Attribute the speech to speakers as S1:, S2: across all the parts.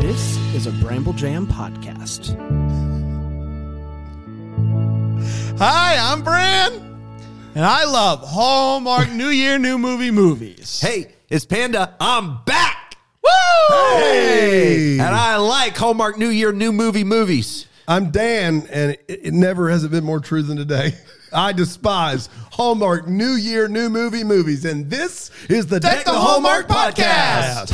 S1: is a Bramble Jam podcast.
S2: Hi, I'm Bran, and I love Hallmark New Year, New Movie movies.
S3: Hey, it's Panda. I'm back.
S2: Woo!
S3: And I like Hallmark New Year, new movie movies.
S4: I'm Dan, and it, it never has it been more true than today. I despise Hallmark New Year, New Movie movies, and this is the
S2: Deck the Hallmark podcast.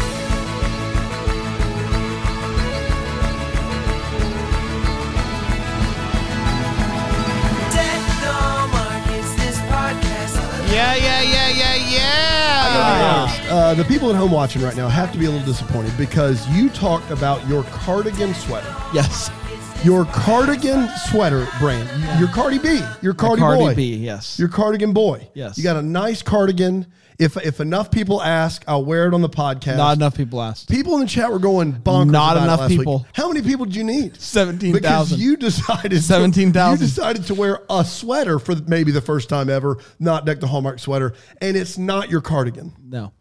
S5: Deck the Hallmark is this podcast.
S2: Yeah, yeah, yeah, yeah, yeah.
S4: Uh, the people at home watching right now have to be a little disappointed because you talked about your cardigan sweater,
S1: Yes.
S4: your cardigan sweater brand, your Cardi B, your Cardi,
S1: Cardi
S4: boy,
S1: B, yes.
S4: your cardigan boy.
S1: Yes.
S4: you got a nice cardigan. If if enough people ask, I'll wear it on the podcast.
S2: Not enough people asked.
S4: People in the chat were going bonkers.
S2: Not
S4: about it
S2: enough
S4: last week.
S2: people.
S4: How many people did you need?
S2: 17,000.
S4: Because you decided to-
S2: 17,000.
S4: You decided to wear a sweater for maybe the first time ever, not deck the Hallmark sweater, and it's not your cardigan.
S2: No.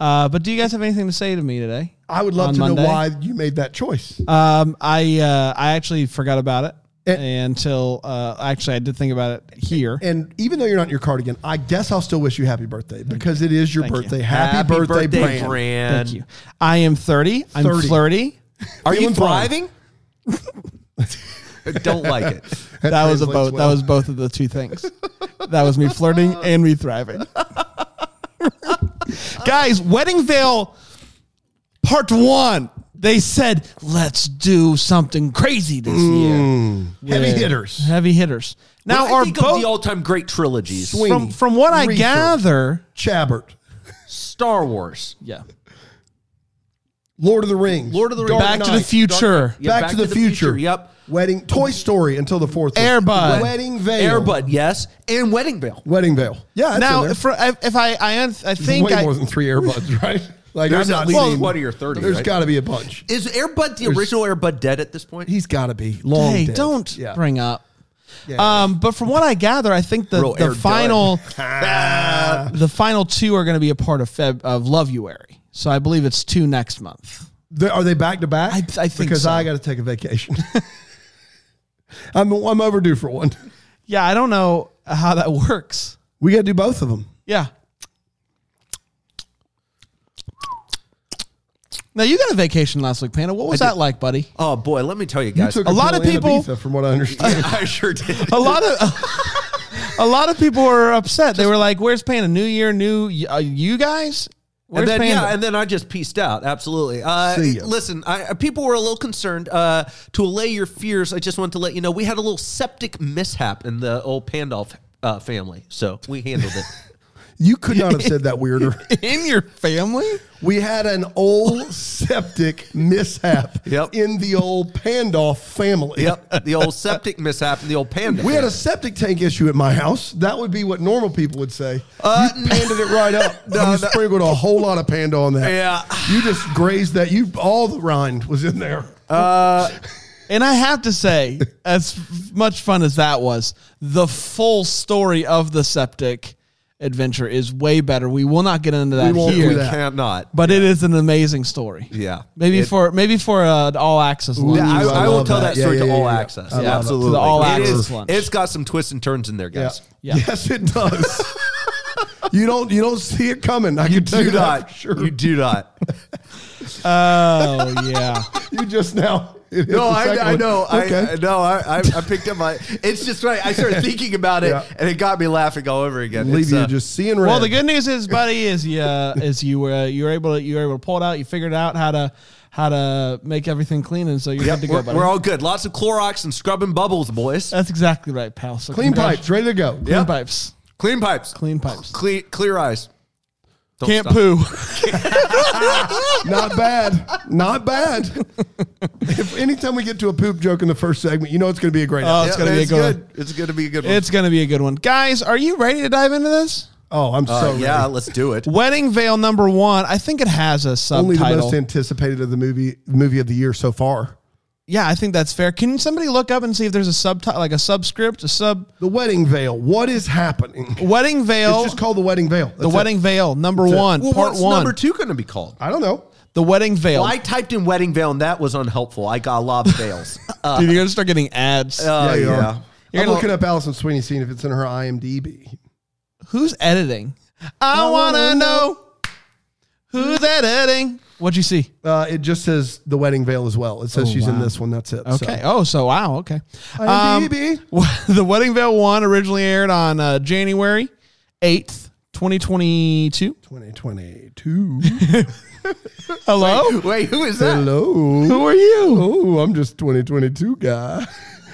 S2: Uh, but do you guys have anything to say to me today?
S4: I would love
S2: On
S4: to
S2: Monday?
S4: know why you made that choice.
S2: Um, I uh, I actually forgot about it
S4: And-
S2: until uh, actually I did think about it here.
S4: and even though you're not in your cardigan, I guess I'll still wish you happy birthday because it is your
S2: you.
S4: birthday. Happy, birthday, Brand.
S2: Thank you. I am 30. I'm
S4: 30.
S2: flirty.
S3: Are you
S4: Feeling fine.
S3: thriving? I don't like it.
S4: That,
S2: That was a both.
S4: translates well.
S2: That was both of the two things. that was me flirting and me thriving. Guys, Wedding Veil Part One. They said, "Let's do something crazy this year."
S4: Heavy
S2: With
S4: hitters.
S2: Heavy hitters. Now,
S3: Now, I
S2: are
S3: think of the
S2: both
S3: all-time great trilogies:
S4: Sweeney,
S2: from from what I
S4: Reacher,
S2: gather?
S4: Chabert,
S3: Star Wars,
S2: Yeah.
S4: Lord of the Rings,
S3: Lord of the
S4: Dark
S3: Rings.
S2: Back to the
S4: Knight.
S2: Future.
S3: Yeah,
S4: Back, to, the, future.
S3: Yep.
S4: Wedding. Toy Story until the fourth.
S2: Air Bud.
S4: Wedding Veil.
S3: Airbud, yes, and Wedding Veil.
S4: Wedding Veil. Yeah. that's in
S2: Now,
S4: there.
S2: for, I- if I I, un- I
S4: There's
S2: think
S4: way
S2: I,
S4: more than three Airbuds, right? Like
S3: There's
S4: I'm
S3: at
S4: not
S3: least
S4: leaving-
S3: twenty or thirty,
S4: There's
S3: right?
S4: got to be a bunch.
S3: Is Airbud the original Airbud dead at this point?
S4: He's got to be long.
S2: hey,
S4: dead.
S2: don't
S4: Yeah.
S2: bring up.
S4: Yeah.
S2: Um, but from what I gather, I think the,
S3: Real Air
S2: the
S3: Bud.
S2: final the final two are going to be a part of Feb of Loveuary. So I believe it's two next month.
S4: They- are they back to back?
S2: I- I think
S4: because
S2: so.
S4: I got to take a vacation. I'm I'm overdue for one.
S2: Yeah, I don't know how that works.
S4: We got to do both of them.
S2: Yeah. Now you got a vacation last week, Panda. What was that like, buddy?
S3: Oh boy, let me tell you guys.
S2: a lot
S4: pill
S2: of
S4: and
S2: people-
S4: Ibiza, from what I understand.
S3: I sure did.
S2: A lot of a lot of people were upset. they were like, "Where's Panda? New year, new uh, you guys." Where's
S3: And then,
S2: Panda?
S3: yeah, and then I just pieced out. Absolutely. Uh,
S4: See ya.
S3: listen, I, people were a little concerned. Uh, to allay your fears, I just wanted to let you know we had a little septic mishap in the old Pandolf uh, family, so we handled it.
S4: You could not have said that weirder.
S2: in your family?
S4: We had an old septic mishap
S3: Yep.
S4: in the old Pandoff family.
S3: yep, the old septic mishap in the old Panda.
S4: We had a
S3: family.
S4: septic tank issue at my house. That would be what normal people would say.
S3: Uh,
S4: you panded it right up. you sprinkled a whole lot of panda on that.
S3: Yeah.
S4: You just grazed that. You all the rind was in there.
S3: Uh,
S2: And I have to say, as f- much fun as that was, the full story of the septic adventure is way better. We will not get into that
S4: We won't
S2: here,
S4: do that.
S3: cannot.
S2: but it is an amazing story.
S3: Yeah.
S2: maybe
S3: It-
S2: for maybe for uh, an all access
S3: Yeah,
S2: launch.
S3: I,
S4: Ooh, I
S3: I will
S4: love
S3: tell
S4: that.
S3: that
S4: Yeah,
S3: story
S4: yeah,
S3: to
S4: yeah,
S3: all
S4: yeah.
S3: access.
S4: I love
S3: Yeah,
S4: it.
S3: absolutely.
S2: To the all
S3: It
S2: access
S3: is-
S2: lunch.
S3: It's got some twists and turns in there, guys.
S2: Yeah.
S4: Yes, it does. you don't you don't see it coming. I can tell
S3: Do
S4: you that
S3: not.
S4: for sure.
S3: You
S4: You,
S3: do not.
S2: Oh yeah,
S4: just now. it hit
S3: No,
S4: the second
S3: I, I
S4: one.
S3: know.
S4: Okay.
S3: I, I know. I, I, I picked up my. It's just right. I started thinking about it,
S4: Yeah.
S3: and it got me laughing all over again.
S4: leave
S3: It's,
S4: you
S3: uh,
S4: just seeing red.
S2: Well, the good news is, buddy, is you uh, is you were you were able to you were able to pull it out. You figured out how to how to make everything clean, and so you're
S3: Yep,
S2: good to
S3: we're,
S2: go, buddy.
S3: we're all good. Lots of Clorox and scrubbing bubbles, boys.
S2: That's exactly right, pal. So
S4: clean
S2: congrat-
S4: pipes, ready to go.
S2: clean
S3: Yep.
S2: pipes,
S3: Clean pipes.
S2: clean pipes.
S3: Clear, clear eyes. Don't
S2: Can't
S3: stop.
S2: poo.
S4: Not bad. Not bad. if anytime we get to a poop joke in the first segment, you know it's going to be a great.
S2: Oh, it's
S4: episode.
S2: gonna be a
S3: it's
S2: good. one.
S3: It's gonna be a good one.
S2: It's going to be a good one. Guys, are you ready to dive into this?
S4: oh, I'm
S3: Uh,
S4: so
S3: yeah,
S4: ready.
S3: let's do it.
S2: Wedding Veil number one. I think it has a
S4: Only the
S2: subtitle.
S4: most anticipated of the movie movie of the year so far.
S2: yeah, I think that's fair. Can somebody look up and see if there's a subtitle, like a subscript, a sub?
S4: The wedding veil. What is happening?
S2: Wedding Veil.
S4: it's just called the wedding veil.
S2: the Wedding Veil number
S4: That's it.
S2: one,
S3: Well,
S2: part
S3: what's
S2: one.
S3: number two gonna be called?
S4: I don't know.
S2: The wedding veil.
S3: Well, I typed in wedding veil and that was unhelpful. I got a lot of veils. Uh,
S2: Dude, you're gonna start getting ads.
S3: oh,
S4: you are.
S3: yeah.
S2: Uh, You're
S4: I'm
S2: gonna-
S4: looking up Allison Sweeney, seeing if it's in her IMDb.
S2: Who's editing? I wanna know who's editing. What'd you see?
S4: Uh, it just says the wedding veil as well. It says she's in
S2: Oh, wow.
S4: this one. That's it.
S2: Okay. Oh, so wow. Okay.
S4: So.
S2: Um,
S4: IMDb.
S2: the Wedding Veil one originally aired on uh, January eighth, twenty twenty two.
S4: 2022.
S2: Hello.
S3: Wait, who is that?
S4: Hello.
S2: Who are you?
S4: Oh, I'm just 2022 guy.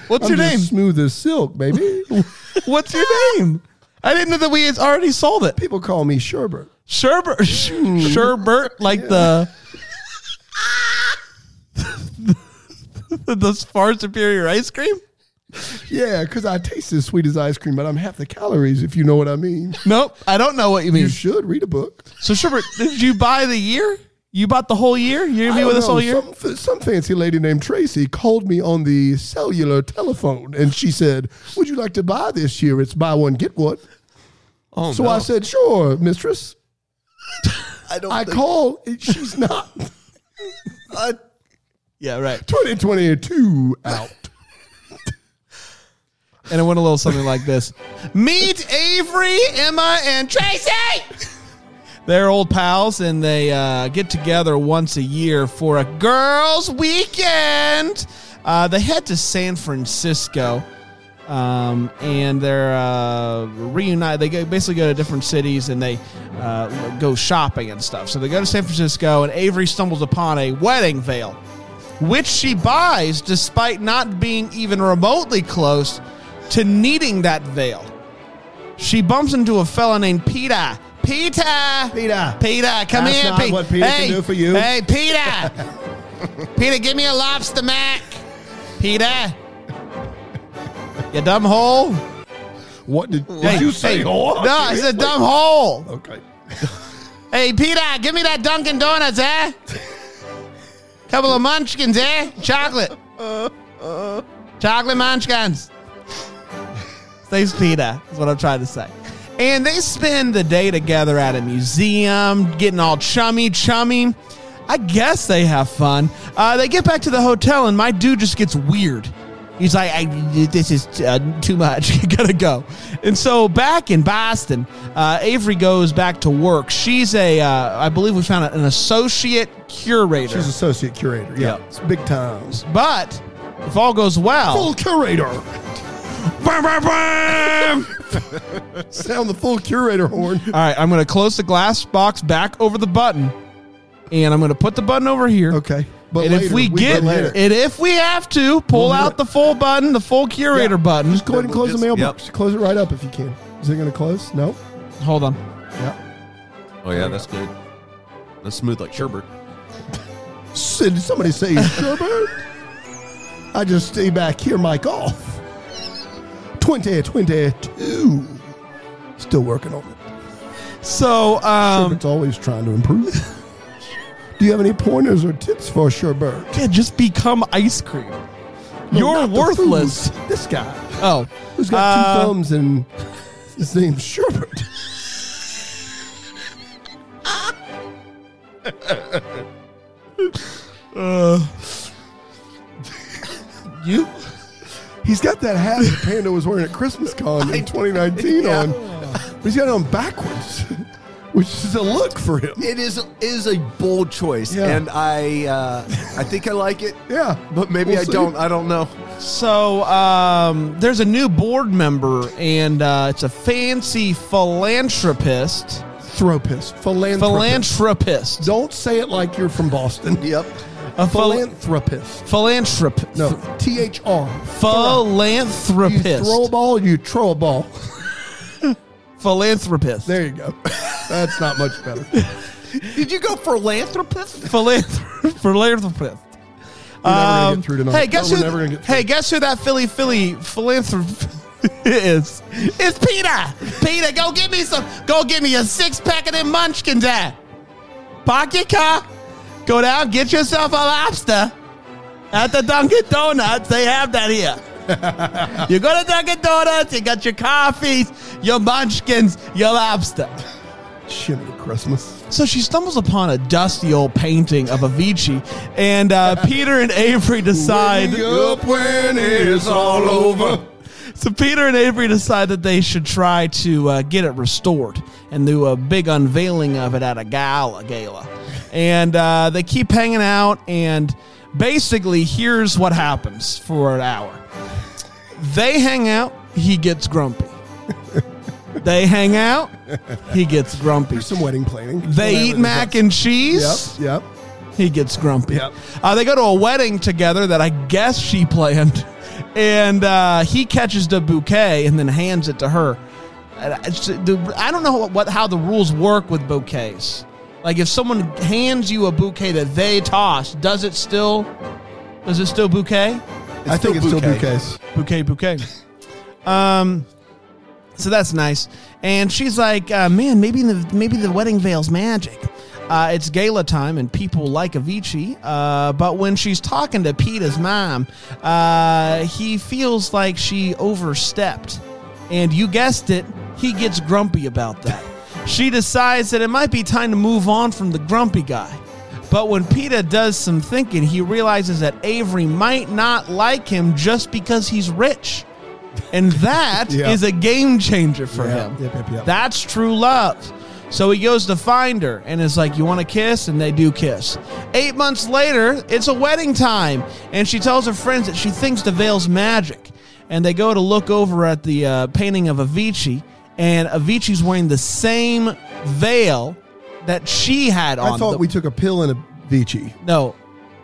S2: What's
S4: I'm
S2: your
S4: just
S2: name?
S4: Smooth as silk, baby.
S2: What's your name? I didn't know that we had already sold it.
S4: People call me Sherbert.
S2: Sherbert, Sherbert, like the. the, far superior ice cream?
S4: Yeah, because I taste as sweet as ice cream, but I'm half the calories, if you know what I mean.
S2: Nope, I don't know what you mean.
S4: You should read a book.
S2: So Sherbert, did you buy the year? You bought the whole year? You're gonna
S4: I
S2: be
S4: don't
S2: with us
S4: know,
S2: all year?
S4: Some, some fancy lady named Tracy called me on the cellular telephone and she said, Would you like to buy this year? It's buy one, get one.
S2: Oh,
S4: So I said, Sure, mistress. I don't I call, and she's not
S2: yeah, right.
S4: 2022 out.
S2: And it went a little something like this: Meet Avery, Emma, and Tracy. They're old pals, and they uh, get together once a year for a girls' weekend. Uh, they head to San Francisco, um, and they're uh, reunited. They go, basically go to different cities and they uh, go shopping and stuff. So they go to San Francisco, and Avery stumbles upon a wedding veil which she buys despite not being even remotely close to needing that veil. She bumps into a fella named Peter. Peter!
S4: Peter.
S2: Peter, come
S4: That's
S2: here.
S4: not what Peter can
S2: hey,
S4: do for you.
S2: Hey, Peter! Peter, give me a lobster mac! Peter! You dumb hole?
S4: What did, did
S2: Hey,
S4: you say?
S2: hey,
S4: oh,
S2: No, I said dumb hole!
S4: Okay.
S2: Hey, Peter, give me that Dunkin' Donuts, eh? Couple of munchkins, eh? Chocolate. Chocolate munchkins. Thanks, Peter, is what I'm trying to say. And they spend the day together at a museum, getting all chummy, chummy. I guess they have fun. Uh, they get back to the hotel, and my dude just gets weird. He's like, I, this is uh, too much. Gotta go. And so back in Boston, uh, Avery goes back to work. She's a, uh, I believe we found an associate curator.
S4: She's associate curator. Yeah.
S3: Yeah.
S4: It's big times.
S2: but if all goes well,
S4: Full curator. Sound the full curator horn.
S2: All right, I'm going to close the glass box back over the button, and I'm going to put the button over here.
S4: Okay. But
S2: and if
S4: later,
S2: we, get,
S4: but later.
S2: and if we have to, pull
S4: We'll do
S2: out
S4: it.
S2: the full button, the full curator button.
S4: Just go ahead and
S3: Then we'll
S4: close
S3: just-
S4: the mailbox. Close it right up if you can. Is it going to close? No.
S2: Hold on.
S4: Yeah.
S3: Oh, yeah, that's good. That's smooth like Sherbert.
S4: Did somebody say Sherbert? I just stay back here, Mike Oh. off. 2022. Still working on it.
S2: So, um,
S4: Sherbert's always trying to improve. Do you have any pointers or tips for Sherbert?
S2: yeah, just become ice cream.
S4: No,
S2: You're
S4: not the
S2: worthless.
S4: food. This guy
S2: Oh,
S4: who's
S2: Uh,
S4: got two thumbs and his name's Sherbert.
S2: you?
S4: He's got that hat that Panda was wearing at Christmas Con in 2019 on. But he's got it on backwards, which is a look for him.
S3: It is is a bold choice,
S4: Yeah.
S3: and I uh, I think I like it.
S4: Yeah.
S3: but maybe
S4: We'll
S3: I
S4: see.
S3: don't. I don't know.
S2: So um, there's a new board member, and uh, it's a fancy philanthropist.
S4: Philanthropist. Philanthropist.
S2: Philanthropist.
S4: Don't say it like you're from Boston.
S3: Yep.
S2: A phil-
S4: Philanthropist.
S2: philanthropist.
S4: No, T H R. You
S2: Philanthropist.
S4: throw a ball, you throw a ball.
S2: Philanthropist.
S4: There you go. That's not much better.
S3: Did you go philanthropist?
S2: Philanthrop- Philanthropist.
S4: gonna
S2: Um,
S4: get through tonight.
S2: hey, guess
S4: No, we're
S2: who?
S4: never gonna get
S2: hey,
S4: through.
S2: guess who that Philly Philly philanthropist is? It's Peter. Peter, go get me some. Go get me a six pack of them munchkins. At pocket car, go down get yourself a lobster at the Dunkin' Donuts. They have that here. you go to Dunkin' Donuts. You got your coffees, your munchkins, your lobster.
S4: Shimmy Christmas.
S2: So she stumbles upon a dusty old painting of Avicii, and uh, Peter and Avery decide.
S4: up when it's all over.
S2: So Peter and Avery decide that they should try to uh, get it restored and do a big unveiling of it at a gala. Gala, and uh, they keep hanging out. And basically, here's what happens for an hour. They hang out. He gets grumpy. they hang out. He gets grumpy.
S4: There's some wedding planning.
S2: They eat mac and
S4: Yep,
S2: cheese.
S4: yep.
S2: He gets grumpy.
S4: Yep.
S2: Uh, they go to a wedding together that I guess she planned, and uh, he catches the bouquet and then hands it to her. And I it's- the- I don't know what, what how the rules work with bouquets. Like if someone hands you a bouquet that they toss, does it still? Does it still bouquet?
S4: I think it's still bouquets.
S2: bouquet bouquet um so that's nice and she's like uh, man maybe the maybe the wedding veil's magic uh, it's gala time and people like Avicii, uh, but when she's talking to Peter's mom, uh, he feels like she overstepped. And you guessed it, he gets grumpy about that. she decides that it might be time to move on from the grumpy guy. But when PETA does some thinking, he realizes that Avery might not like him just because he's rich. And that is
S4: Yeah.
S2: a game changer for
S4: Yeah.
S2: him.
S4: Yep, yep, yep.
S2: That's true love. So he goes to find her and is like, You want to kiss? And they do kiss. Eight months later, it's a wedding time. And she tells her friends that she thinks the veil's magic. And they go to look over at the uh, painting of Avicii. And Avicii's wearing the same veil that she had on.
S4: I thought
S2: the-
S4: we took a pill in a Vici.
S2: no,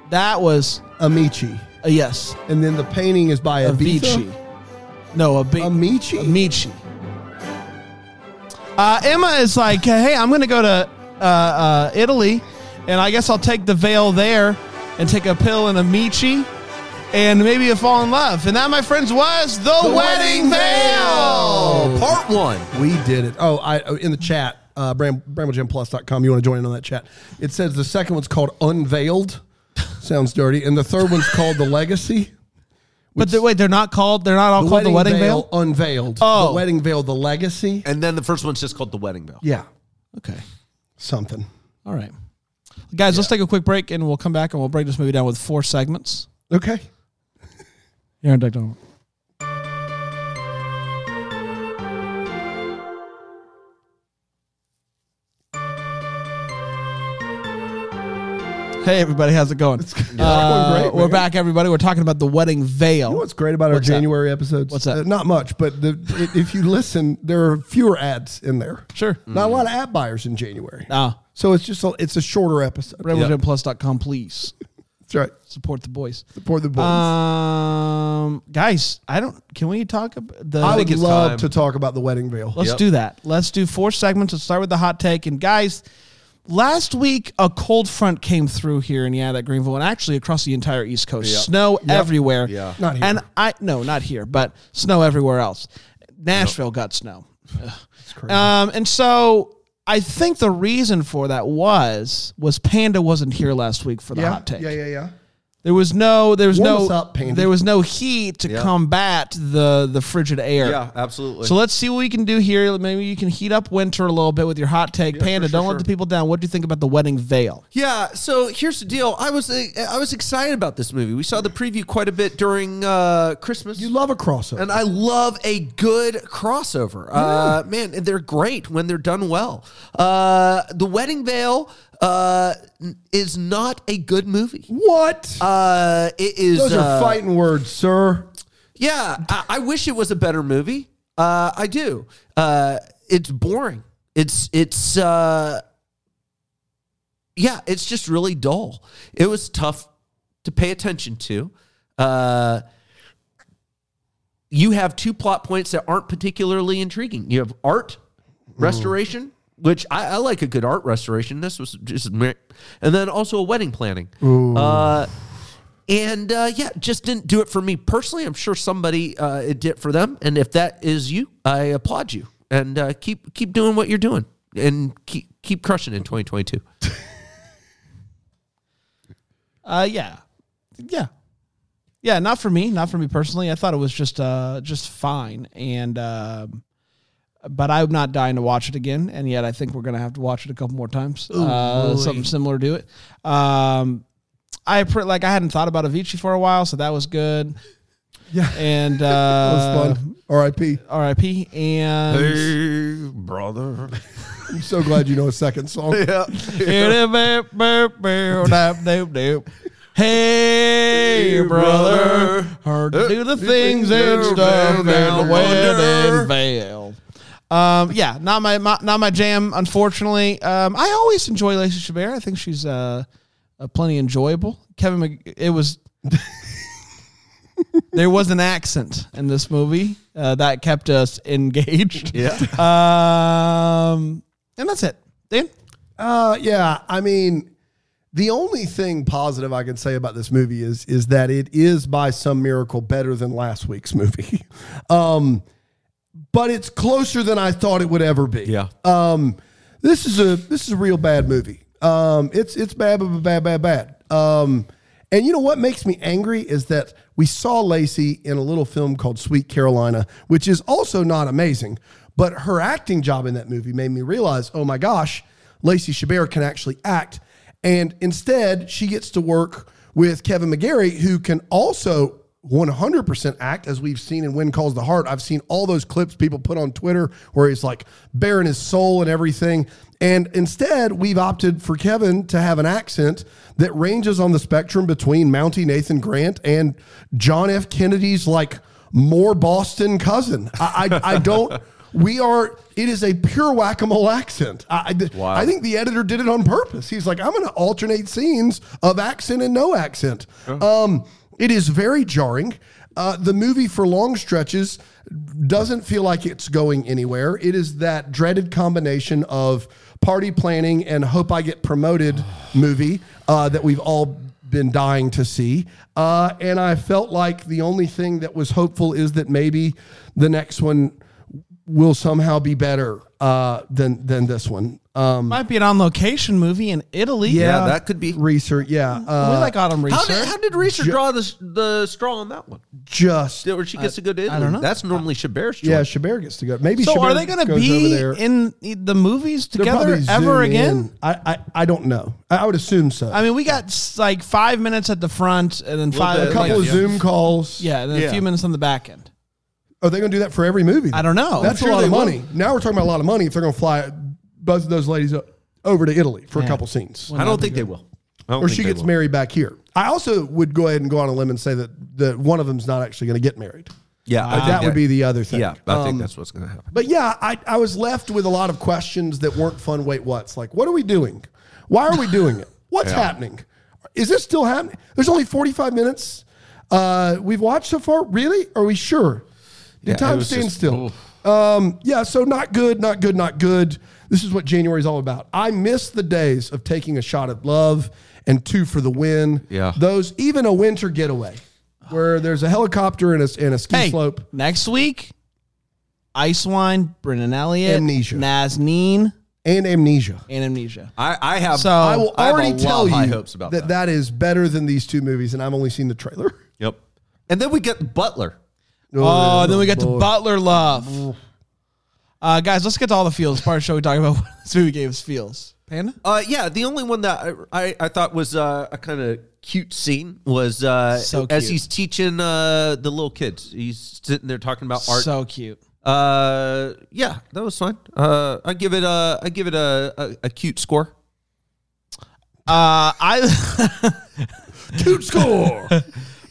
S2: that was
S4: Amici.
S2: a yes.
S4: And then the painting is by
S2: A
S4: Ibiza?
S2: Vici. No, a big
S4: Amici?
S2: Amici. Uh, Emma is like, hey, I'm going to go to uh, uh, Italy, and I guess I'll take the veil there and take a pill in Amici, and maybe you'll fall in love. And that, my friends, was the, wedding,
S4: Wedding
S2: veil.
S3: Part one.
S4: We did it. Oh, I oh, in the chat, uh, Bram, BrambleJamPlus.com. You want to join in on that chat? It says the second one's called Unveiled. Sounds dirty. And the third one's called The Legacy.
S2: But they're, wait, they're not called. They're not all called the wedding veil.
S4: Unveiled.
S2: Oh.
S4: The Wedding Veil, The Legacy.
S3: And then the first one's just called The Wedding Bell.
S4: Yeah,
S2: Okay.
S4: something.
S2: All right, guys, let's take a quick break, and we'll come back and we'll break this movie down with four segments.
S4: Okay.
S2: You're on Duck Donald. Hey everybody, how's it going? It's
S4: It's going great,
S2: we're
S4: man.
S2: back, everybody. We're talking about the wedding veil.
S4: You know what's great about
S2: What's
S4: our
S2: that?
S4: January episodes?
S2: What's that?
S4: Uh, not much, but the, i- if you listen, there are fewer ads in there.
S2: Sure.
S4: Not a lot of ad buyers in January.
S2: Mm. Ah,
S4: So it's just a, it's a shorter episode.
S2: RebelJamPlus.com, please
S4: That's right.
S2: support the boys.
S4: Support
S2: Uh,
S4: the boys.
S2: Um, guys, I don't. Can we talk about the?
S4: I
S3: think
S4: would
S3: it's
S4: love
S3: time.
S4: to talk about the wedding veil.
S2: Let's
S3: Yep.
S2: do that. Let's do four segments. Let's start with the hot take. And guys, last week a cold front came through here in yeah, that Greenville, and actually across the entire East Coast. Snow everywhere.
S3: Yeah.
S4: Not here.
S2: And I no, not here, but snow everywhere else. Nashville got snow.
S4: crazy.
S2: Um, and so I think the reason for that was was Panda wasn't here last week for the
S4: yeah.
S2: hot take.
S4: yeah, yeah, yeah.
S2: There was no there was
S4: Warm
S2: no
S4: us up, Panda.
S2: there was no heat to
S3: Yeah.
S2: combat the the frigid air.
S3: Yeah, absolutely.
S2: So let's see what we can do here. Maybe you can heat up winter a little bit with your hot take. Panda,
S3: sure,
S2: don't
S3: sure.
S2: let the people down. What do you think about the wedding veil?
S3: Yeah, so here's the deal. I was uh, I was excited about this movie. We saw the preview quite a bit during uh, Christmas.
S4: You love a crossover.
S3: and I love a good crossover. Uh, man, and they're great when they're done well. Uh, the Wedding Veil uh, n- is not a good movie.
S4: what?
S3: Uh, it is.
S4: Those
S3: uh,
S4: are fighting words, sir.
S3: Yeah, I, I wish it was a better movie. Uh, I do. Uh, it's boring. It's it's. Uh, yeah, it's just really dull. It was tough to pay attention to. Uh, you have two plot points that aren't particularly intriguing. You have art restoration, which I, I like a good art restoration. This was just, meh. and then also a wedding planning. Uh, and uh, yeah, just didn't do it for me personally. I'm sure somebody uh, it did for them. And if that is you, I applaud you and uh, keep keep doing what you're doing and keep keep crushing in 2022.
S2: Uh, yeah, yeah, yeah. Not for me. Not for me personally. I thought it was just uh just fine. And um, but I'm not dying to watch it again, and yet I think we're gonna have to watch it a couple more times. uh, something similar to it. Um, I pre- like I hadn't thought about Avicii for a while, so that was good.
S4: Yeah.
S2: and uh,
S4: That was fun.
S3: Uh,
S4: R.I.P.
S2: R.I.P. And
S3: Hey, brother.
S4: I'm so glad you know a second song.
S3: Yeah.
S2: Hey, brother, hard to do the things and stuff down the wedding veil. Um, yeah, not my, my not my jam. Unfortunately, um, I always enjoy Lacey Chabert. I think she's uh, uh plenty enjoyable. Kevin, Mc- it was there was an accent in this movie uh, that kept us engaged.
S3: Yeah.
S2: Um, and that's it. Dan,
S4: Uh, yeah, I mean, the only thing positive I can say about this movie is is that it is by some miracle better than last week's movie, um, but it's closer than I thought it would ever be.
S3: Yeah.
S4: Um, this is a this is a real bad movie. Um, it's it's bad, bad, bad, bad, bad. Um, and you know what makes me angry is that we saw Lacey in a little film called Sweet Carolina, which is also not amazing, but her acting job in that movie made me realize, oh my gosh, Lacey Chabert can actually act. And instead, she gets to work with Kevin McGarry, who can also 100% act, as we've seen in When Calls the Heart. I've seen all those clips people put on Twitter where he's like bearing his soul and everything. And instead, we've opted for Kevin to have an accent that ranges on the spectrum between Mountie Nathan Grant and John F. Kennedy's like more Boston cousin. I, I, I don't. We are. It is a pure whack a mole accent. I, I, I think the editor did it on purpose. He's like, I'm going to alternate scenes of accent and no accent. Um, it is very jarring. Uh, the movie, for long stretches, doesn't feel like it's going anywhere. It is that dreaded combination of party planning and hope I get promoted movie uh, that we've all been dying to see. Uh, and I felt like the only thing that was hopeful is that maybe the next one will somehow be better uh, than than this one. Um,
S2: might be an on location movie in Italy.
S3: Yeah, that could be.
S4: research. Yeah, uh,
S2: we Mm-hmm. like autumn
S3: How
S2: research.
S3: did, how did Reeser draw the, the straw on that one?
S4: just
S3: Where she gets to go to Italy?
S2: don't know.
S3: That's normally Chabert's choice.
S4: yeah. Chabert gets to go. Maybe
S2: so
S4: Chabert
S2: are they going to
S4: goes
S2: be
S4: over there.
S2: in the movies
S4: They'll
S2: together
S4: probably
S2: ever
S4: zoom
S2: again?
S4: in. I, I I don't know. I, I would assume so.
S2: I mean, we got s- like five minutes at the front and then five
S3: bit,
S4: a
S2: like,
S4: couple of Zoom calls.
S2: Yeah, and then a
S3: Yeah.
S2: few minutes on the back end.
S4: Are they going to do that for every movie?
S2: I don't know.
S4: That's
S3: sure
S4: a lot
S3: they
S4: of
S3: will.
S4: money. Now we're talking about a lot of money if they're going to fly both of those ladies o- over to Italy for a couple scenes.
S3: I don't think they will. I don't
S4: or
S3: think
S4: she
S3: they
S4: gets
S3: will.
S4: married back here. I also would go ahead and go on a limb and say that, that one of them's not actually going to get married.
S3: Yeah, I
S4: That,
S3: think
S4: would be the Um, other thing.
S3: Yeah, I think that's what's going to happen.
S4: But yeah, I, I was left with a lot of questions that weren't fun. Wait, what's like, what are we doing? Why are we doing it? What's happening? Is this still happening? There's only 45 minutes uh, we've watched so far. Really? Are we sure? Did
S3: Yeah, it
S4: time
S3: was
S4: stand
S3: just-
S4: still? Um, yeah, so not good, not good, not good. This is what January is all about. I miss the days of taking a shot at love and two for the win.
S3: Yeah.
S4: Those, even a winter getaway where there's a helicopter and a, and a ski
S2: Hey,
S4: slope.
S2: next week, Ice Wine, Brendan Elliott,
S4: Amnesia.
S2: Nazneen,
S4: And amnesia.
S2: and Amnesia.
S3: I, I have.
S2: So-
S4: I will
S3: I have a
S4: already
S3: lot
S4: tell
S3: of
S4: you
S3: high hopes about
S4: that,
S3: that.
S4: that is better than these two movies, and I've only seen the trailer.
S3: yep. And then we get Butler.
S2: Oh, and then we got
S4: boy.
S2: to Butler Love. Uh, guys, let's get to all the feels. Part of the show we talk about what this movie gave us feels. Panda?
S3: Uh, yeah, the only one that I I, I thought was uh, a kind of cute scene was uh,
S2: So
S3: as
S2: cute.
S3: he's teaching uh, the little kids. He's sitting there talking about art.
S2: So cute.
S3: uh, yeah, that was fine. Uh, I give it a I give it a, a, a cute score.
S2: Uh, I.
S4: Toot score.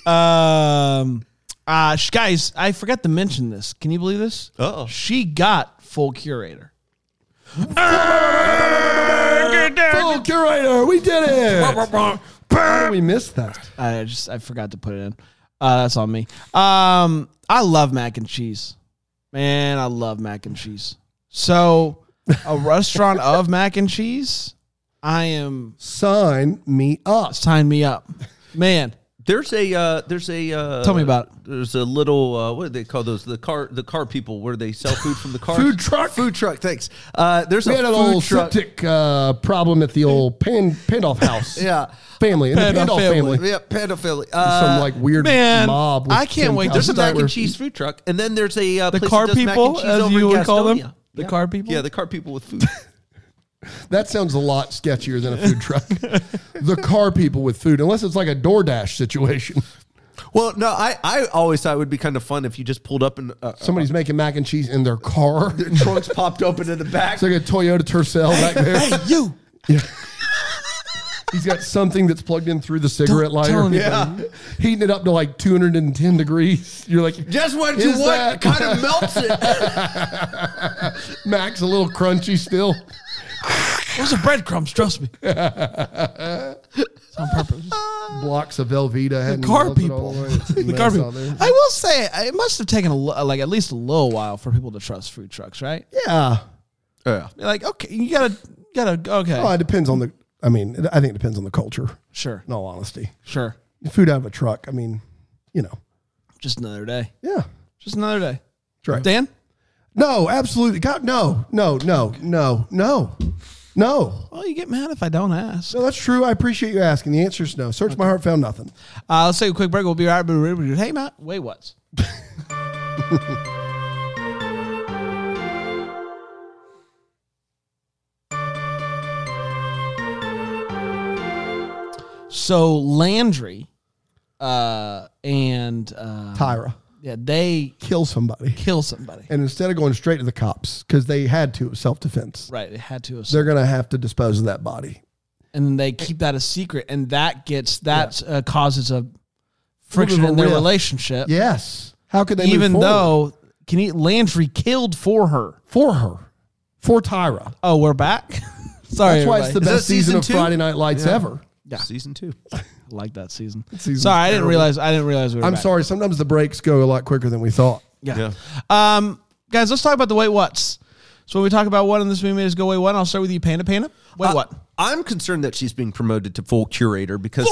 S2: Um, uh, sh- guys, I forgot to mention this. Can you believe this?
S3: Uh-oh.
S2: She got full curator.
S4: Full curator, we did it. How did we missed that.
S2: I just I forgot to put it in. Uh, that's on me. Um, I love mac and cheese. Man, I love mac and cheese. So, a restaurant of mac and cheese, I am
S4: Sign me up.
S2: sign me up. Man,
S3: There's a uh, there's a uh,
S2: Tell me about it.
S3: There's a little uh, what do they call those the car the car people where they sell food from the car
S4: Food truck.
S3: food truck thanks uh, there's
S4: We
S3: a
S4: had an
S3: food
S4: old
S3: truck
S4: septic uh, problem at the old Pan, Pandolph house.
S3: Yeah.
S4: Family. And the
S2: Pandolph family.
S4: Pandolph family. Uh,
S3: yeah Uh, pedophile
S4: Some like weird
S2: man,
S4: mob. With
S2: I can't wait.
S3: There's a
S4: 10,000
S3: mac and
S4: dollars.
S3: cheese food truck, and then there's a uh,
S2: The
S3: place
S2: car
S3: that does mac and
S2: people,
S3: cheese
S2: as
S3: over
S2: you
S3: in
S2: would call them?
S3: Gastonia.
S2: The
S3: Yeah.
S2: car people?
S3: yeah, the car people with food.
S4: That sounds a lot sketchier than a food truck. the car people with food, unless it's like a DoorDash situation.
S3: well, no, I, I always thought it would be kind of fun if you just pulled up and uh,
S4: Somebody's making mac and cheese in their car. It's
S3: trunks popped open in the back.
S4: like a Toyota Tercel back there. Hey, you. Yeah. He's got something that's plugged in through the cigarette
S2: Don't tell
S4: lighter.
S2: anybody.
S4: Heating it up to like 210 degrees. You're like,
S3: Just what you
S4: Is
S3: want
S4: that-
S3: kind of melts it.
S4: Mac's a little crunchy still.
S2: Those are breadcrumbs. Trust me. it's on purpose.
S4: Blocks of Velveeta. hadn't
S2: car
S4: melted
S2: people.
S4: all the Uh, way. It's a
S2: the
S4: mess
S2: car
S4: out
S2: people.
S4: there.
S2: I will say it must have taken a lo- uh, like at least a little while for people to trust food trucks, right?
S4: Yeah.
S3: Yeah.
S2: You're Like okay, you gotta gotta okay,
S4: Well, it depends on the, I mean, it- I think it depends on the culture,
S2: sure,
S4: in all honesty.
S2: sure.
S4: Food out of a truck. I mean, you know.
S2: Just another day.
S4: Yeah.
S2: Just another day.
S4: That's right.
S2: Dan,
S4: No, absolutely. God, no, no, no, no, no, no.
S2: well, you get mad if I don't ask.
S4: No, that's true. I appreciate you asking. The answer is no. Search my heart, found nothing.
S2: Uh, let's take a quick break. We'll be right back. Hey, Matt. Wait, what? so Landry uh, and uh,
S4: Tyra,
S2: yeah, they
S4: kill somebody.
S2: kill somebody.
S4: And instead of going straight to the cops, because they had to, it was self defense,
S2: Right, it had to,
S4: they're going to have to dispose of that body.
S2: and then they keep that a secret, and that gets that uh, causes a
S4: bit of
S2: friction
S4: a
S2: in their
S4: rift.
S2: relationship.
S4: Yes. How could they move
S2: even
S4: forward?
S2: though can he, Landry killed for her.
S4: for her, for Tyra?
S2: Oh, we're back. Sorry,
S4: That's why it's the
S2: everybody.
S3: that
S4: best season,
S3: season
S4: of
S3: two?
S4: Friday Night Lights ever.
S3: Season two.
S2: I like that season.
S4: season's
S2: Sorry, I didn't realize. I didn't realize we were.
S4: I'm
S2: back.
S4: sorry. Sometimes the breaks go a lot quicker than we thought.
S2: Yeah. Um, guys, let's talk about the wait what's. So when we talk about what in this movie is go wait what. I'll start with you, Panda Panda. Wait
S3: Uh,
S2: what?
S3: I'm concerned that she's being promoted to full curator because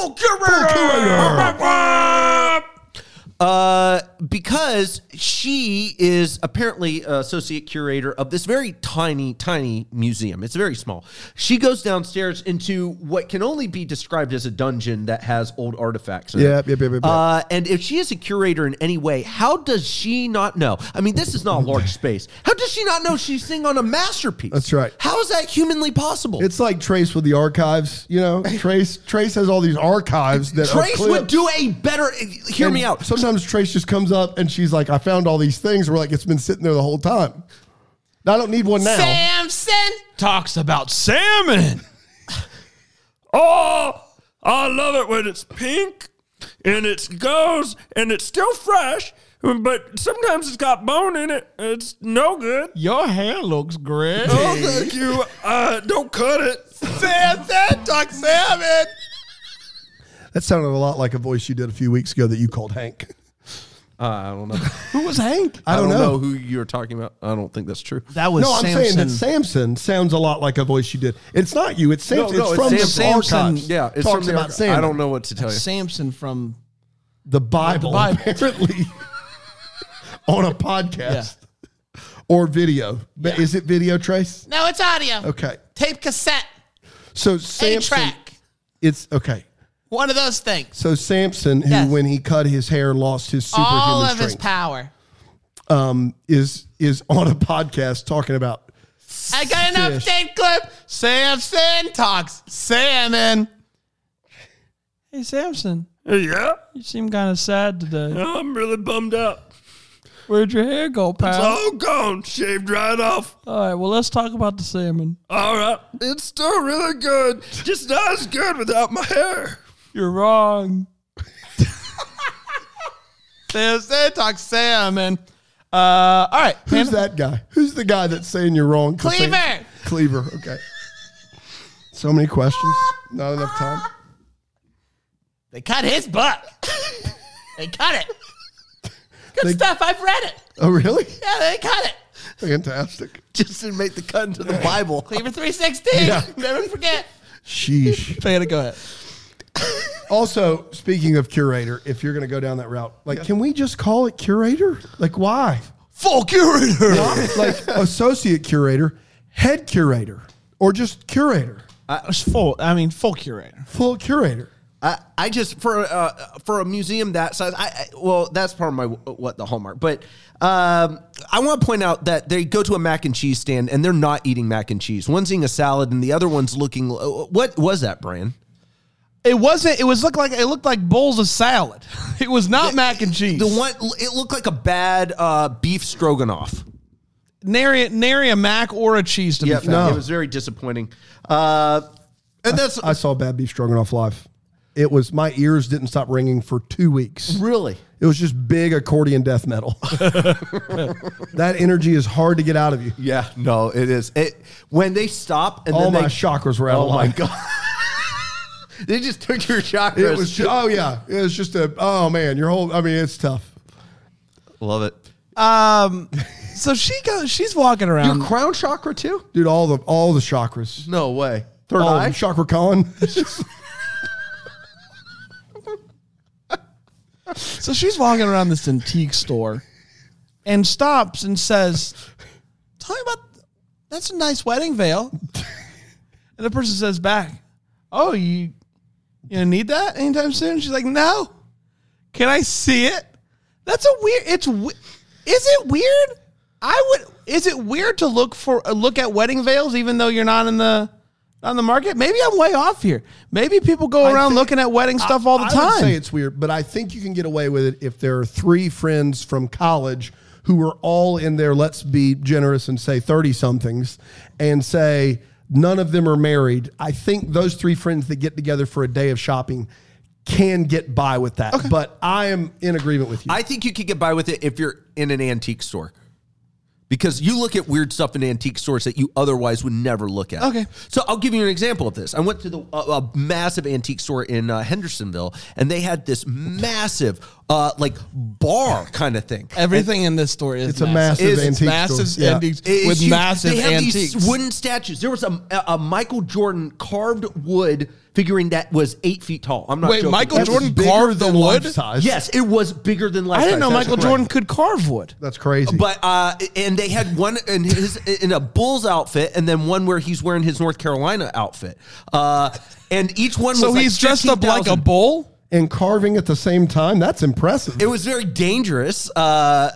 S3: Uh, because she is apparently associate curator of this very tiny, tiny museum. It's very small. She goes downstairs into what can only be described as a dungeon that has old artifacts. in it.
S4: Yep, yep, yep, yep, yep.
S3: Uh, and if she is a curator in any way, how does she not know? I mean, this is not a large space. How does she not know she's sitting on a masterpiece?
S4: That's right.
S3: How is that humanly possible?
S4: It's like Trace with the archives, you know. Trace Trace has all these archives that are
S3: Trace would
S4: clipped.
S3: do a better. Hear
S4: And
S3: me out.
S4: Sometimes Trace just comes up and she's like, "I found all these things." We're like, "It's been sitting there the whole time." I don't need one now.
S2: Samson talks about salmon.
S6: Oh, I love it when it's pink and it's goes and it's still fresh, but sometimes it's got bone in it. It's no good.
S2: Your hair looks great.
S6: Oh, thank you. Uh, don't cut it.
S2: Samson talks salmon.
S4: That sounded a lot like a voice you did a few weeks ago that you called Hank.
S3: Uh, I don't know.
S2: Who was Hank?
S4: I don't, know.
S3: who you're talking about. I don't think that's true.
S2: That was
S4: No, I'm
S2: Samson.
S4: saying that Samson sounds a lot like a voice you did. It's not you. It's Samson.
S3: no,
S4: it's
S3: it's
S4: from the
S3: Sam-
S2: Samson.
S4: archives.
S3: Yeah, it's
S4: talks
S3: from the
S4: about
S3: archive.
S4: Sam.
S3: I don't know what to tell you.
S2: Samson from
S4: the Bible,
S2: Bible.
S4: apparently on a podcast or video. But is it video, Trace?
S7: No, it's audio.
S4: Okay.
S7: Tape cassette.
S4: So
S7: A
S4: Samson,
S7: track.
S4: it's okay.
S7: One of those things.
S4: So Samson, who
S7: Yes.
S4: when he cut his hair lost his superhuman
S7: All of his
S4: strength,
S7: power.
S4: is is on a podcast talking about
S7: I got an
S4: Fish.
S7: update clip. Samson talks salmon.
S2: Hey Samson,
S6: Yeah,
S2: you seem kind of sad today.
S6: I'm really bummed out.
S2: Where'd your hair go, pal?
S3: Oh,
S6: All gone, shaved right off.
S2: All right, well let's talk about the salmon.
S6: All right, it's still really good, just not as good without my hair.
S2: You're wrong.
S7: Samson talks salmon.
S2: Uh, all right,
S4: who's that guy? Who's the guy that's saying you're wrong? for saying-
S7: Cleaver.
S4: Cleaver. Okay. So many questions. Not enough time.
S7: They cut his butt. they cut it. Good
S4: They-
S7: stuff. I've read it.
S4: Oh, really?
S7: Yeah, they cut it.
S4: Fantastic.
S3: Just didn't make the cut into the Bible.
S7: Cleaver 316. Never forget.
S4: Sheesh.
S2: Fanta, go ahead.
S4: Also, speaking of curator, if you're going to go down that route, like, can we just call it curator? Like, why?
S2: Full curator.
S4: like associate curator, head curator, or just curator,
S2: Uh, It's full. I mean, full curator.
S4: full curator.
S3: I, I just for uh, for a museum that size. I, I well, that's part of my what the hallmark. But um, I want to point out that they go to a mac and cheese stand and they're not eating mac and cheese. One's eating a salad and the other one's looking. uh, What was that, Brian?
S2: It wasn't. It was looked like it looked like bowls of salad. It was not mac and cheese.
S3: The one it looked like a bad uh, beef stroganoff.
S2: nary nary a mac or a cheese to
S3: Yeah,
S2: be found.
S3: it was very disappointing. Uh, and that's
S4: I saw Bad Beef Stroganoff live. It was my ears didn't stop ringing for two weeks.
S3: really
S4: It was just big accordion death metal. that energy is hard to get out of you.
S3: yeah. No, it is. It when they stop and
S4: All
S3: then
S4: my
S3: they,
S4: chakras were out
S3: Oh
S4: of
S3: my
S4: line.
S3: god. They just took your chakras.
S4: It was just, oh yeah, it was just a oh man, your whole. I mean, it's tough.
S3: Love it.
S2: Um, so she goes. She's walking around.
S3: crown chakra too?
S4: dude. All the all the chakras.
S3: No way. Oh, Third
S4: all
S3: eye.
S4: chakra con.
S2: So she's walking around this antique store, and stops and says, "Tell me about that's a nice wedding veil." And the person says back, "Oh, you you need that anytime soon?" She's like, "No." Can I see it? That's a weird. It's we- is it weird? I would. Is it weird to look for uh, look at wedding veils even though you're not in the on the market? Maybe I'm way off here. Maybe people go around
S4: think-
S2: looking at wedding stuff all the
S4: I
S2: time.
S4: would say it's weird, but I think you can get away with it if there are three friends from college who are all in their let's be generous and say 30 somethings and say none of them are married. I think those three friends that get together for a day of shopping can get by with that. But I am in agreement with you.
S3: I think you could get by with it if you're in an antique store. Because you look at weird stuff in antique stores that you otherwise would never look at.
S2: Okay.
S3: So I'll give you an example of this. I went to the uh, a massive antique store in uh, Hendersonville, and they had this massive, uh, like bar kind of thing.
S2: Everything in this story is
S4: It's a massive
S2: It's
S4: antique
S2: massive
S4: store. Yeah.
S2: antiques
S3: It's
S2: with
S3: huge.
S2: massive
S3: they had
S2: antiques.
S3: These wooden statues. There was a, a a Michael Jordan carved wood figurine that was eight feet tall. I'm not
S2: Wait,
S3: joking.
S2: Michael
S3: That was
S2: Jordan
S3: bigger
S2: carved the
S3: than
S2: wood?
S3: life size. Yes, it was bigger than life.
S2: I didn't
S3: size.
S2: know
S3: That's
S2: Michael
S3: correct.
S2: Jordan could carve wood.
S4: That's crazy.
S3: But uh, and they had one in his in a Bulls outfit, and then one where he's wearing his North Carolina outfit. Uh, and each one
S2: So
S3: was like
S2: he's dressed up like a
S3: 15,000.
S2: bull.
S4: and carving at the same time, that's impressive.
S3: It was very dangerous. Uh,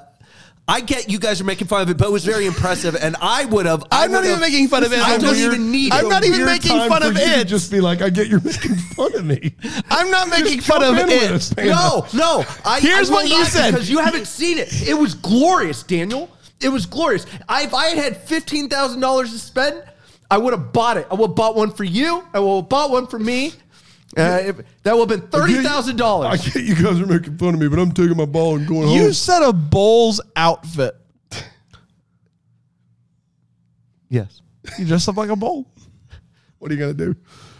S3: I get you guys are making fun of it, but it was very impressive, and I would have. I
S2: I'm not
S3: would
S2: even
S3: have-
S2: making fun of it.
S3: I
S2: I'm
S3: don't
S2: just-
S3: even need.
S2: I'm
S3: it.
S2: not
S4: A
S2: even
S4: weird
S2: making
S4: time
S2: fun
S4: for
S2: of
S4: you to
S2: it.
S4: Just be like, I get you're making fun of me.
S2: I'm not making
S4: Just
S2: fun
S4: jump
S2: of
S4: in with us,
S2: it.
S4: man.
S3: No, no. I,
S2: Here's
S3: I will
S2: what you
S3: not
S2: said.
S3: because you haven't seen it. It was glorious, Daniel. It was glorious. I, if I had had fifteen thousand dollars to spend, I would have bought it. I would have bought one for you. I would have bought one for me. Uh, if- that would have been thirty thousand
S4: I
S3: dollars.
S4: get you guys are making fun of me, but I'm taking my ball and going home.
S2: You said a bull's outfit.
S3: Yes,
S2: You dressed up like a bull.
S4: What are you going to do?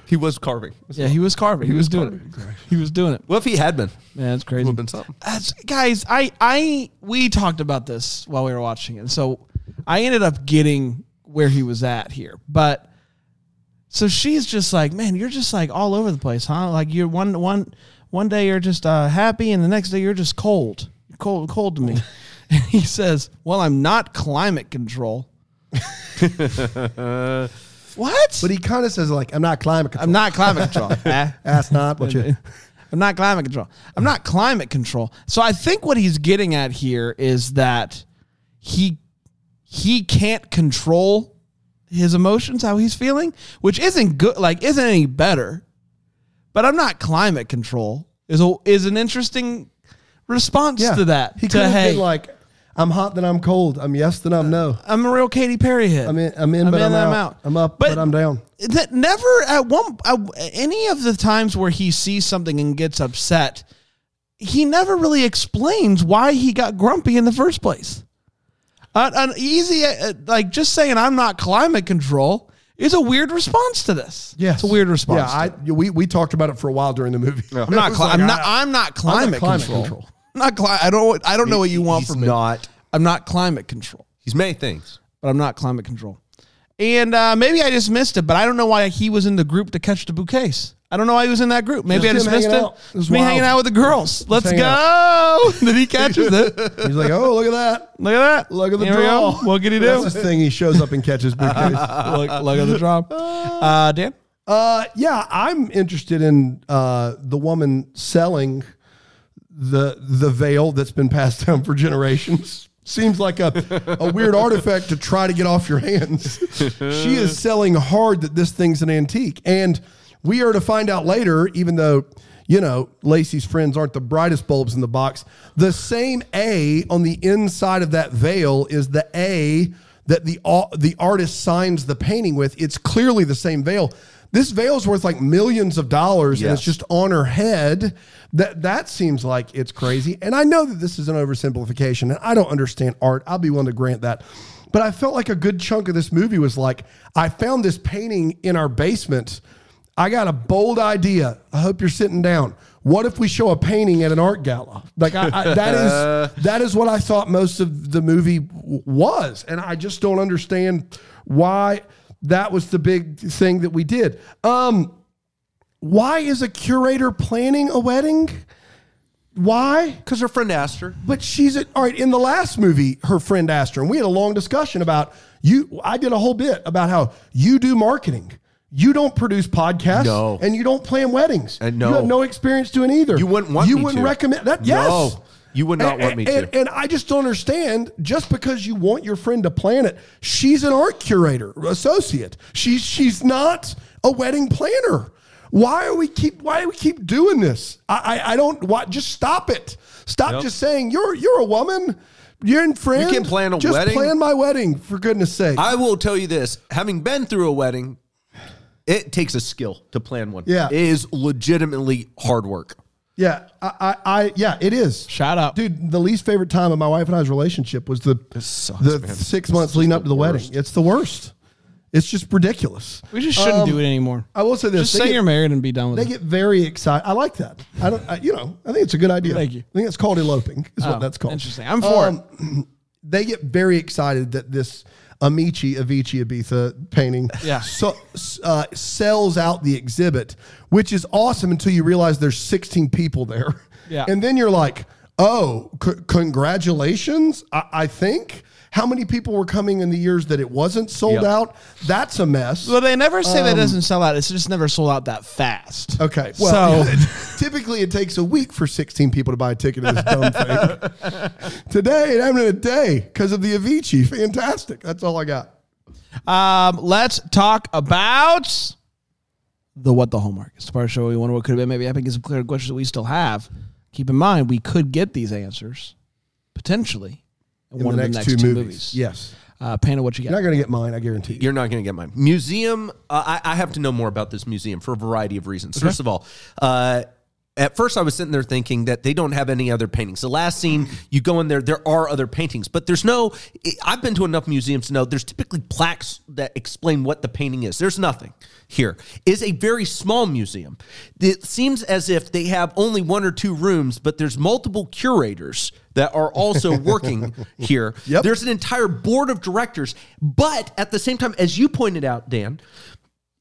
S3: he was carving.
S2: Yeah, he was carving. He, was, doing it. He was doing it.
S3: Well, if he had been,
S2: Man, it's crazy.
S3: would have been something.
S2: That's- guys, I I we talked about this while we were watching it. So I ended up getting where he was at here. But so she's just like, man, you're just like all over the place, huh? Like you're one one one day you're just uh, happy, and the next day you're just cold, You're cold, cold to me. and he says, well, I'm not climate control. what?
S4: But he kind of says like, "I'm not climate control.
S2: I'm not climate control. eh?
S4: That's not what you.
S2: I'm not climate control. I'm not climate control. So I think what he's getting at here is that he he can't control his emotions, how he's feeling, which isn't good. Like isn't any better. But I'm not climate control is a, is an interesting response to that.
S4: He
S2: to,
S4: could have
S2: hey,
S4: been like, "I'm hot, then I'm cold. I'm yes, then I'm no.
S2: I'm a real Katy Perry hit.
S4: I'm in, I'm in, but I'm, out. I'm up, but, I'm down."
S2: that never at one at any of the times where he sees something and gets upset he never really explains why he got grumpy in the first place an, an easy uh, like just saying i'm not climate control is a weird response to this
S4: Yes,
S2: it's a weird response
S4: Yeah, I, we we talked about it for a while during the movie.
S2: am not, cli- I'm, not, I'm not climate
S4: climate
S2: control,
S4: control.
S2: I'm not cli- i don't i don't know what you want
S3: He's
S2: from me
S3: not-
S2: i'm not climate control
S3: He's many things.
S2: but I'm not climate control. And uh, maybe I just missed it, but I don't know why he was in the group to catch the bouquets. I don't know why he was in that group. Maybe
S4: Just
S2: I just
S4: him
S2: missed
S4: hanging
S2: it.
S4: out. It was
S2: It's me
S4: wild.
S2: hanging out with the girls. Let's
S4: hanging
S2: go. Then he catches it. Look
S4: He's like, oh, look at that.
S2: at that.
S4: Look at the
S2: Here we
S4: draw.
S2: go. What could he do?
S4: That's his thing. He shows up and catches big case.
S2: look, look at the drop. Uh, Dan?
S4: Uh, yeah, I'm interested in uh, the woman selling the the veil that's been passed down for generations. Seems like a, a weird artifact to try to get off your hands. she is selling hard that this thing's an antique. And we are to find out later, even though, you know, Lacey's friends aren't the brightest bulbs in the box, the same A on the inside of that veil is the A that the au- the artist signs the painting with. It's clearly the same veil. This veil's worth like millions of dollars, and it's
S3: Yes.
S4: just on her head. That that seems like it's crazy. And I know that this is an oversimplification, and I don't understand art. I'll be willing to grant that. But I felt like a good chunk of this movie was like, I found this painting in our basement. I got a bold idea. I hope you're sitting down. What if we show a painting at an art gala? Like I, I, that is that is what I thought most of the movie w- was, and I just don't understand why that was the big thing that we did. Um, why is a curator planning a wedding? Why?
S3: Because her friend asked her.
S4: But she's at, all right. In the last movie, her friend asked her, and we had a long discussion about you. I did a whole bit about how you do marketing. You don't produce podcasts,
S3: No.
S4: and you don't plan weddings,
S3: And
S4: you
S3: no.
S4: have no experience doing either.
S3: You wouldn't want
S4: You
S3: me
S4: wouldn't
S3: to.
S4: recommend that. Yes,
S3: No, you would not
S4: And-
S3: want me to.
S4: and- and I just don't understand. Just because you want your friend to plan it, she's an art curator associate. She's she's not a wedding planner. Why are we keep Why do we keep doing this? I I, I don't. Why, just stop it. Stop just saying you're you're a woman. You're in friend.
S3: can plan a
S4: just
S3: wedding.
S4: Plan my wedding for goodness sake.
S3: I will tell you this: having been through a wedding, it takes a skill to plan one.
S4: Yeah.
S3: it is legitimately hard work.
S4: yeah, I, I I yeah, it is.
S2: Shout out.
S4: dude. The least favorite time of my wife and I's relationship was the the six months leading up to the wedding. It's the worst. It's just ridiculous.
S2: We just shouldn't
S4: Um,
S2: do it anymore.
S4: I will say this:
S2: Just
S4: they
S2: say
S4: get-
S2: you're married and be done with
S4: They
S2: it.
S4: get very excited. I like that. I don't. I, you know, I think it's a good idea.
S2: Thank you.
S4: I think it's called eloping. Is
S2: Oh,
S4: what that's called. Um,
S2: interesting. I'm for it.
S4: They get very excited that this Amici Avicii Ibiza painting
S2: Yeah.
S4: so, uh, sells out the exhibit, which is awesome until you realize there's 16 people there.
S2: Yeah.
S4: And then you're like, oh, c- congratulations. I-, I think. How many people were coming in the years that it wasn't sold
S3: Yep.
S4: out? That's a mess.
S2: Well, they never say that it doesn't sell out. It's just never sold out that fast.
S4: um, Okay. Well,
S2: So-
S4: typically it takes a week for 16 people to buy a ticket to this dumb thing. Today, it happened in a day because of the Avicii. Fantastic. That's all I got.
S2: Um, let's talk about the what the hallmark is. The part of the show where we wonder what could have been. Maybe I think it's some clear questions that we still have. Keep in mind, we could get these answers potentially in, one of the next two, movies.
S4: Yes.
S2: Uh, Panda, what you
S4: You're
S2: got?
S4: not going to get mine, I guarantee you.
S3: You're not going to get mine. Museum. Uh, I, I have to know more about this museum for a variety of reasons. First of all, uh, at first I was sitting there thinking that they don't have any other paintings. The last scene, you go in there, there are other paintings, but there's no. I- I've been to enough museums to know there's typically plaques that explain what the painting is. There's nothing here. It Is a very small museum. It seems as if they have only one or two rooms, but there's multiple curators that are also working here.
S4: Yep.
S3: There's an entire board of directors. But at the same time, as you pointed out, Dan,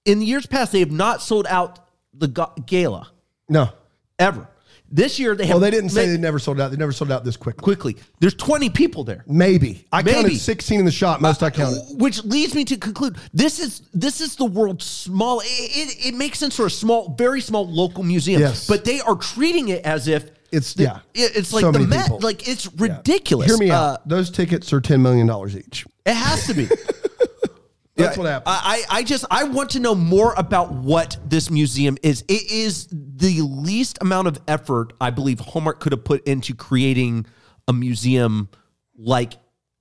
S3: in the years past, they have not sold out the ga- gala
S4: No.
S3: ever. This year, they have.
S4: Well, they didn't say
S3: ma-
S4: they never sold out. They never sold out this quick.
S3: quickly. There's 20 people there.
S4: Maybe. I
S3: Maybe.
S4: counted 16 in the shot. Most I counted.
S3: Which leads me to conclude this is this is the world's small. It, it, it makes sense for a small, very small local museum,
S4: Yes.
S3: but they are treating it as if
S4: It's-
S3: the-
S4: yeah.
S3: it- it's
S4: So
S3: like the
S4: many
S3: Met,
S4: people.
S3: like it's
S4: Yeah.
S3: ridiculous.
S4: Hear me
S3: Uh,
S4: out. Those tickets are $10 million each.
S3: It has to be.
S4: That's what happened.
S3: I, I I just I want to know more about what this museum is. It is the least amount of effort I believe Hallmark could have put into creating a museum like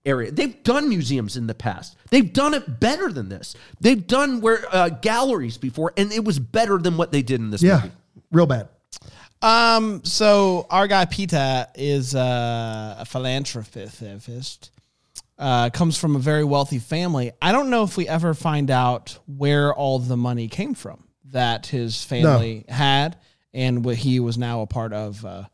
S3: area. They've done museums in the past. They've done it better than this. They've done where uh, galleries before, and it was better than what they did in this
S4: yeah.
S3: movie.
S4: Real bad.
S2: Um, so our guy Pita is uh, a philanthropist. Uh, comes from a very wealthy family. I don't know if we ever find out where all the money came from that his family had, and what he was now a part of. Uh,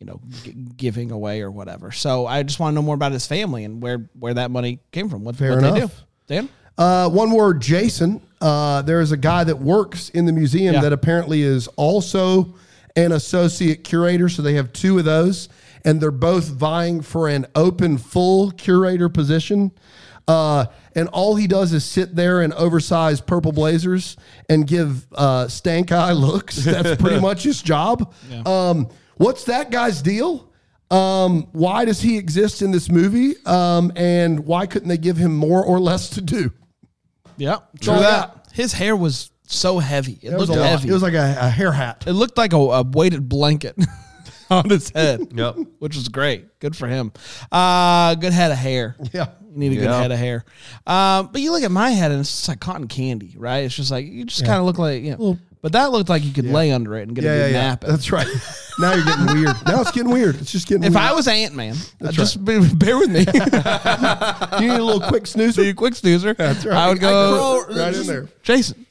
S2: you know, g- giving away or whatever. So I just want to know more about his family and where where that money came from. What,
S4: Fair
S2: what they do.
S4: enough.
S2: Dan,
S4: Uh, one word, Jason. Uh, there is a guy that works in the museum
S2: Yeah.
S4: that apparently is also an associate curator. So they have two of those, and they're both vying for an open full curator position. Uh, and all he does is sit there in oversized purple blazers and give uh, stank eye looks. That's pretty much his job. Um, what's that guy's deal? Um, why does he exist in this movie? Um, and why couldn't they give him more or less to do?
S2: Yeah, true
S4: all I
S2: that. His hair was so heavy. It,
S4: It was
S2: looked
S4: a lot.
S2: heavy.
S4: It was like a, a hair hat.
S2: it looked like a, a weighted blanket on his head.
S3: Yep.
S2: Which was great. Good for him. Uh, good head of hair.
S4: Yeah.
S2: You need a good
S3: Yeah.
S2: head of hair. Um, but you look at my head and it's just like cotton candy, right? It's just like you just kind of look like you know. but that looked like you could lay under it and get a
S4: Yeah, yeah,
S2: good
S4: yeah.
S2: nap. in.
S4: That's right. Now you're getting weird. Now it's getting weird. It's just getting
S2: If
S4: weird.
S2: I was Ant Man, just be, bear with me.
S4: you need a little quick snooze.
S2: you quick snoozer. That's
S4: right.
S2: I would go
S4: I could roll right in there.
S2: Jason.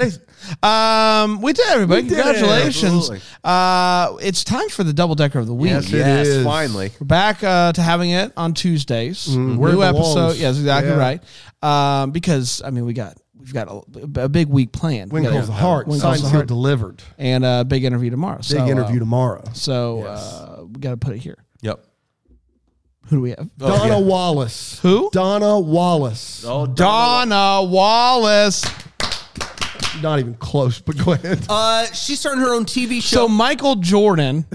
S2: Jason. Um, we did everybody.
S4: it.
S2: Congratulations.
S3: Absolutely.
S2: Uh, it's time for the double decker of the week.
S4: Yes, it is.
S3: finally.
S2: We're back uh, to having it on Tuesdays.
S4: where it
S2: New
S4: belongs.
S2: episode. Yes, exactly
S4: Yeah.
S2: right. Um, because I mean, we got we've got a, a big week planned.
S4: When
S2: We got
S4: calls
S2: a-
S4: the heart.
S2: When
S4: Sign
S2: Calls the
S4: sealed,
S2: heart,
S4: delivered.
S2: and a big interview tomorrow.
S4: Big
S2: so,
S4: interview
S2: uh,
S4: tomorrow.
S2: So
S4: Yes. Oh,
S2: uh, we got to put it here.
S3: Yep.
S2: Who do we have?
S4: Donna Wallace.
S2: Oh, Who?
S4: Donna Wallace.
S3: Oh,
S2: Donna Wallace.
S4: Not even close, but go ahead.
S3: Uh, she's starting her own TV show.
S2: So Michael Jordan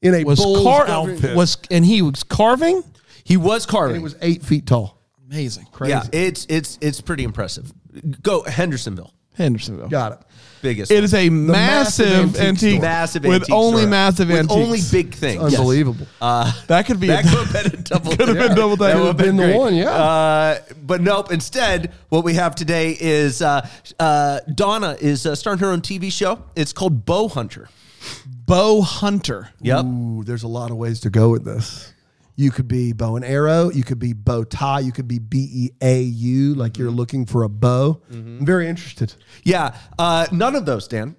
S4: In a
S2: was
S4: bull's
S2: car-
S4: outfit.
S2: was and he was carving.
S3: he was carving.
S4: it was eight feet tall.
S2: Amazing, crazy.
S3: yeah, it's it's it's pretty impressive. Go Hendersonville,
S2: Hendersonville.
S4: Got it.
S3: biggest.
S2: It is a massive,
S4: massive antique
S2: antique,
S4: store.
S3: massive
S2: with
S3: antique
S2: only
S3: store.
S2: massive
S3: with
S2: antiques.
S3: only big things.
S4: Unbelievable.
S2: that could be
S3: That could have been a double. could have
S2: been double decker.
S4: That would've been the one, yeah.
S3: Uh, but nope. Instead, what we have today is uh, uh, Donna is uh, starting her own TV show. It's called Bow Hunter.
S2: bow hunter.
S3: Yep.
S4: Ooh, there's a lot of ways to go with this. You could be bow and arrow. You could be bow tie. You could be B E A U, like
S2: Mm-hmm.
S4: you're looking for a bow. I'm very interested.
S3: Yeah. Uh, none of those, Dan.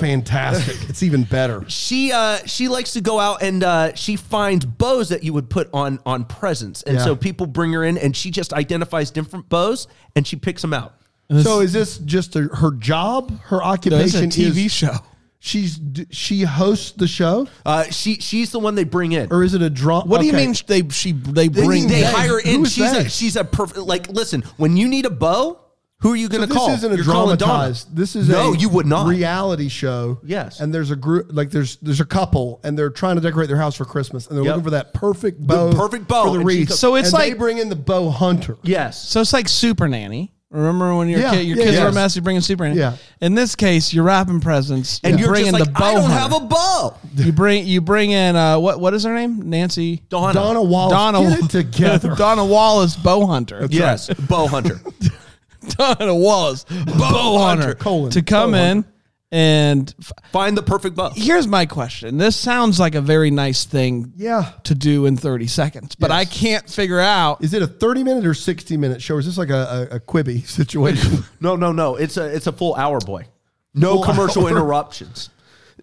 S4: fantastic. it's even better.
S3: she uh, she likes to go out and uh, she finds bows that you would put on on presents, and
S4: Yeah.
S3: so people bring her in, and she just identifies different bows and she picks them out.
S4: So is this just her- her job? Her
S2: No, this is
S4: occupation
S2: a TV
S4: is-
S2: show.
S4: She's d- she hosts the show,
S3: Uh, she she's the one they bring in.
S4: or is it a drama?
S2: What do you mean sh- they she they bring?
S3: they
S2: that?
S3: hire in.
S4: Who is
S3: she's
S4: they?
S3: a, she's a perfect. Like, listen, when you need a bow, who are you going to
S4: This
S3: call?
S4: isn't a
S3: You're calling Donna.
S4: dramatized. This is
S3: no,
S4: a
S3: you would not.
S4: reality show.
S3: Yes.
S4: and there's a group like there's there's a couple and they're trying to decorate their house for Christmas and they're
S3: Yep.
S4: looking for that perfect bow,
S3: perfect bow,
S4: for the
S3: and she
S4: wreath.
S3: goes-
S2: So it's
S4: And
S2: like-
S4: they bring in the bow hunter.
S3: yes.
S2: So it's like Super Nanny. Remember when your
S4: Yeah,
S2: kid, your
S4: yeah,
S2: kids were
S4: yes.
S2: a mess, you bring in Super Nanny.
S4: Yeah.
S2: In this case, you're wrapping presents
S3: And
S2: you
S3: you're
S2: bring
S3: just
S2: in
S3: like,
S2: the bow
S3: I don't
S2: hunter.
S3: have a bow.
S2: You bring you bring in uh, what what is her name? Nancy
S3: Donna.
S4: Donna Wallace,
S2: Donna
S4: get it together.
S2: Donna Wallace bow hunter.
S3: Yes, bow hunter.
S2: Donna Wallace bow hunter
S4: colon,
S2: to come
S4: bow
S2: in and f-
S3: Find the perfect bow.
S2: here's my question. This sounds like a very nice thing
S4: Yeah.
S2: to do in 30 seconds, but I can't figure out
S4: Is it a 30 minute or 60 minute show? Or is this like a, a, a Quibi situation?
S3: No, no, no. It's a it's a full hour, boy. No commercial
S4: hour?
S3: interruptions.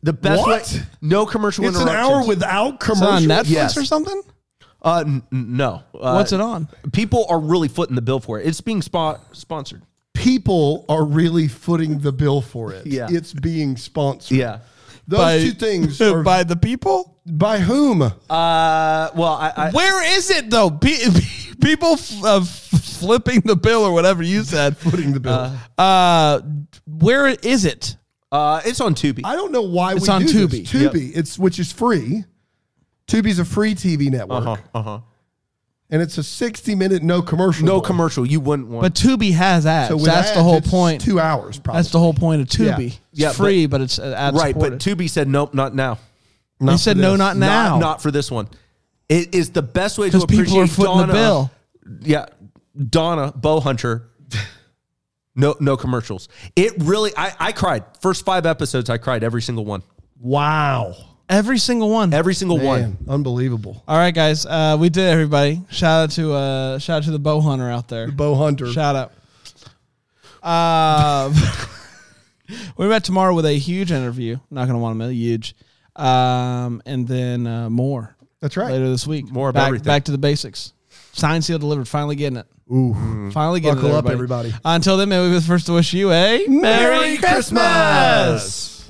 S3: The best
S4: What?
S3: way. No commercial
S4: it's an
S3: interruptions.
S4: hour without
S2: it's on
S4: commercials.
S2: Netflix
S3: Yes.
S2: or something?
S3: Uh, n- n- no. Uh,
S2: What's it on?
S3: People are really footing the bill for it. It's being spo- sponsored.
S4: People are really footing the bill for it.
S3: Yeah.
S4: It's being sponsored.
S3: Yeah.
S4: Those two things are by,
S2: by the people?
S4: whom?
S3: Uh, well, I, I
S2: Where is it though? Pe- people f- uh, f- flipping the bill or whatever you said.
S4: footing the bill.
S2: Uh, where is it?
S3: uh, it's on Tubi.
S4: I don't know why
S2: It's
S4: we
S2: on
S4: do
S2: Tubi.
S4: This. Tubi, it's which is free. Tubi's a free TV network. Uh-huh, And it's a 60 minute no commercial.
S3: no
S4: one.
S3: commercial. You wouldn't want.
S2: But Tubi has ads.
S4: So with
S2: That's
S4: ads,
S2: the whole
S4: it's
S2: point.
S4: Two hours probably.
S2: That's the whole point of Tubi. It's
S3: Yeah, but-
S2: free, but, it's uh, ad
S3: right, but
S2: supported.
S3: Tubi said nope, not now.
S2: they said
S4: for
S2: no,
S4: this.
S2: not now.
S3: Not, not for this one. It is the best way to
S2: 'Cause
S3: appreciate
S2: people are footing the
S3: Donna.
S2: bill.
S3: Yeah, Donna Bow Hunter. No, no commercials. It really, I, I cried. First five episodes, I cried every single one.
S4: Wow.
S2: Every single one.
S3: Every single
S4: Man,
S3: one.
S4: unbelievable.
S2: All right, guys, uh, we did it, everybody. Shout out to uh, shout out to the bow hunter out there.
S4: Bo Hunter.
S2: Shout out. Uh, we're back tomorrow with a huge interview. Not going to want to miss huge, um, and then uh, more
S4: That's right.
S2: later this week.
S3: More of
S2: back,
S3: everything.
S2: Back to the basics. Sign, seal, delivered. Finally getting it. Finally getting
S3: Buckle
S2: there,
S3: up,
S2: everybody.
S3: everybody.
S2: Until then, may we be the first to wish you a
S3: Merry
S2: Christmas!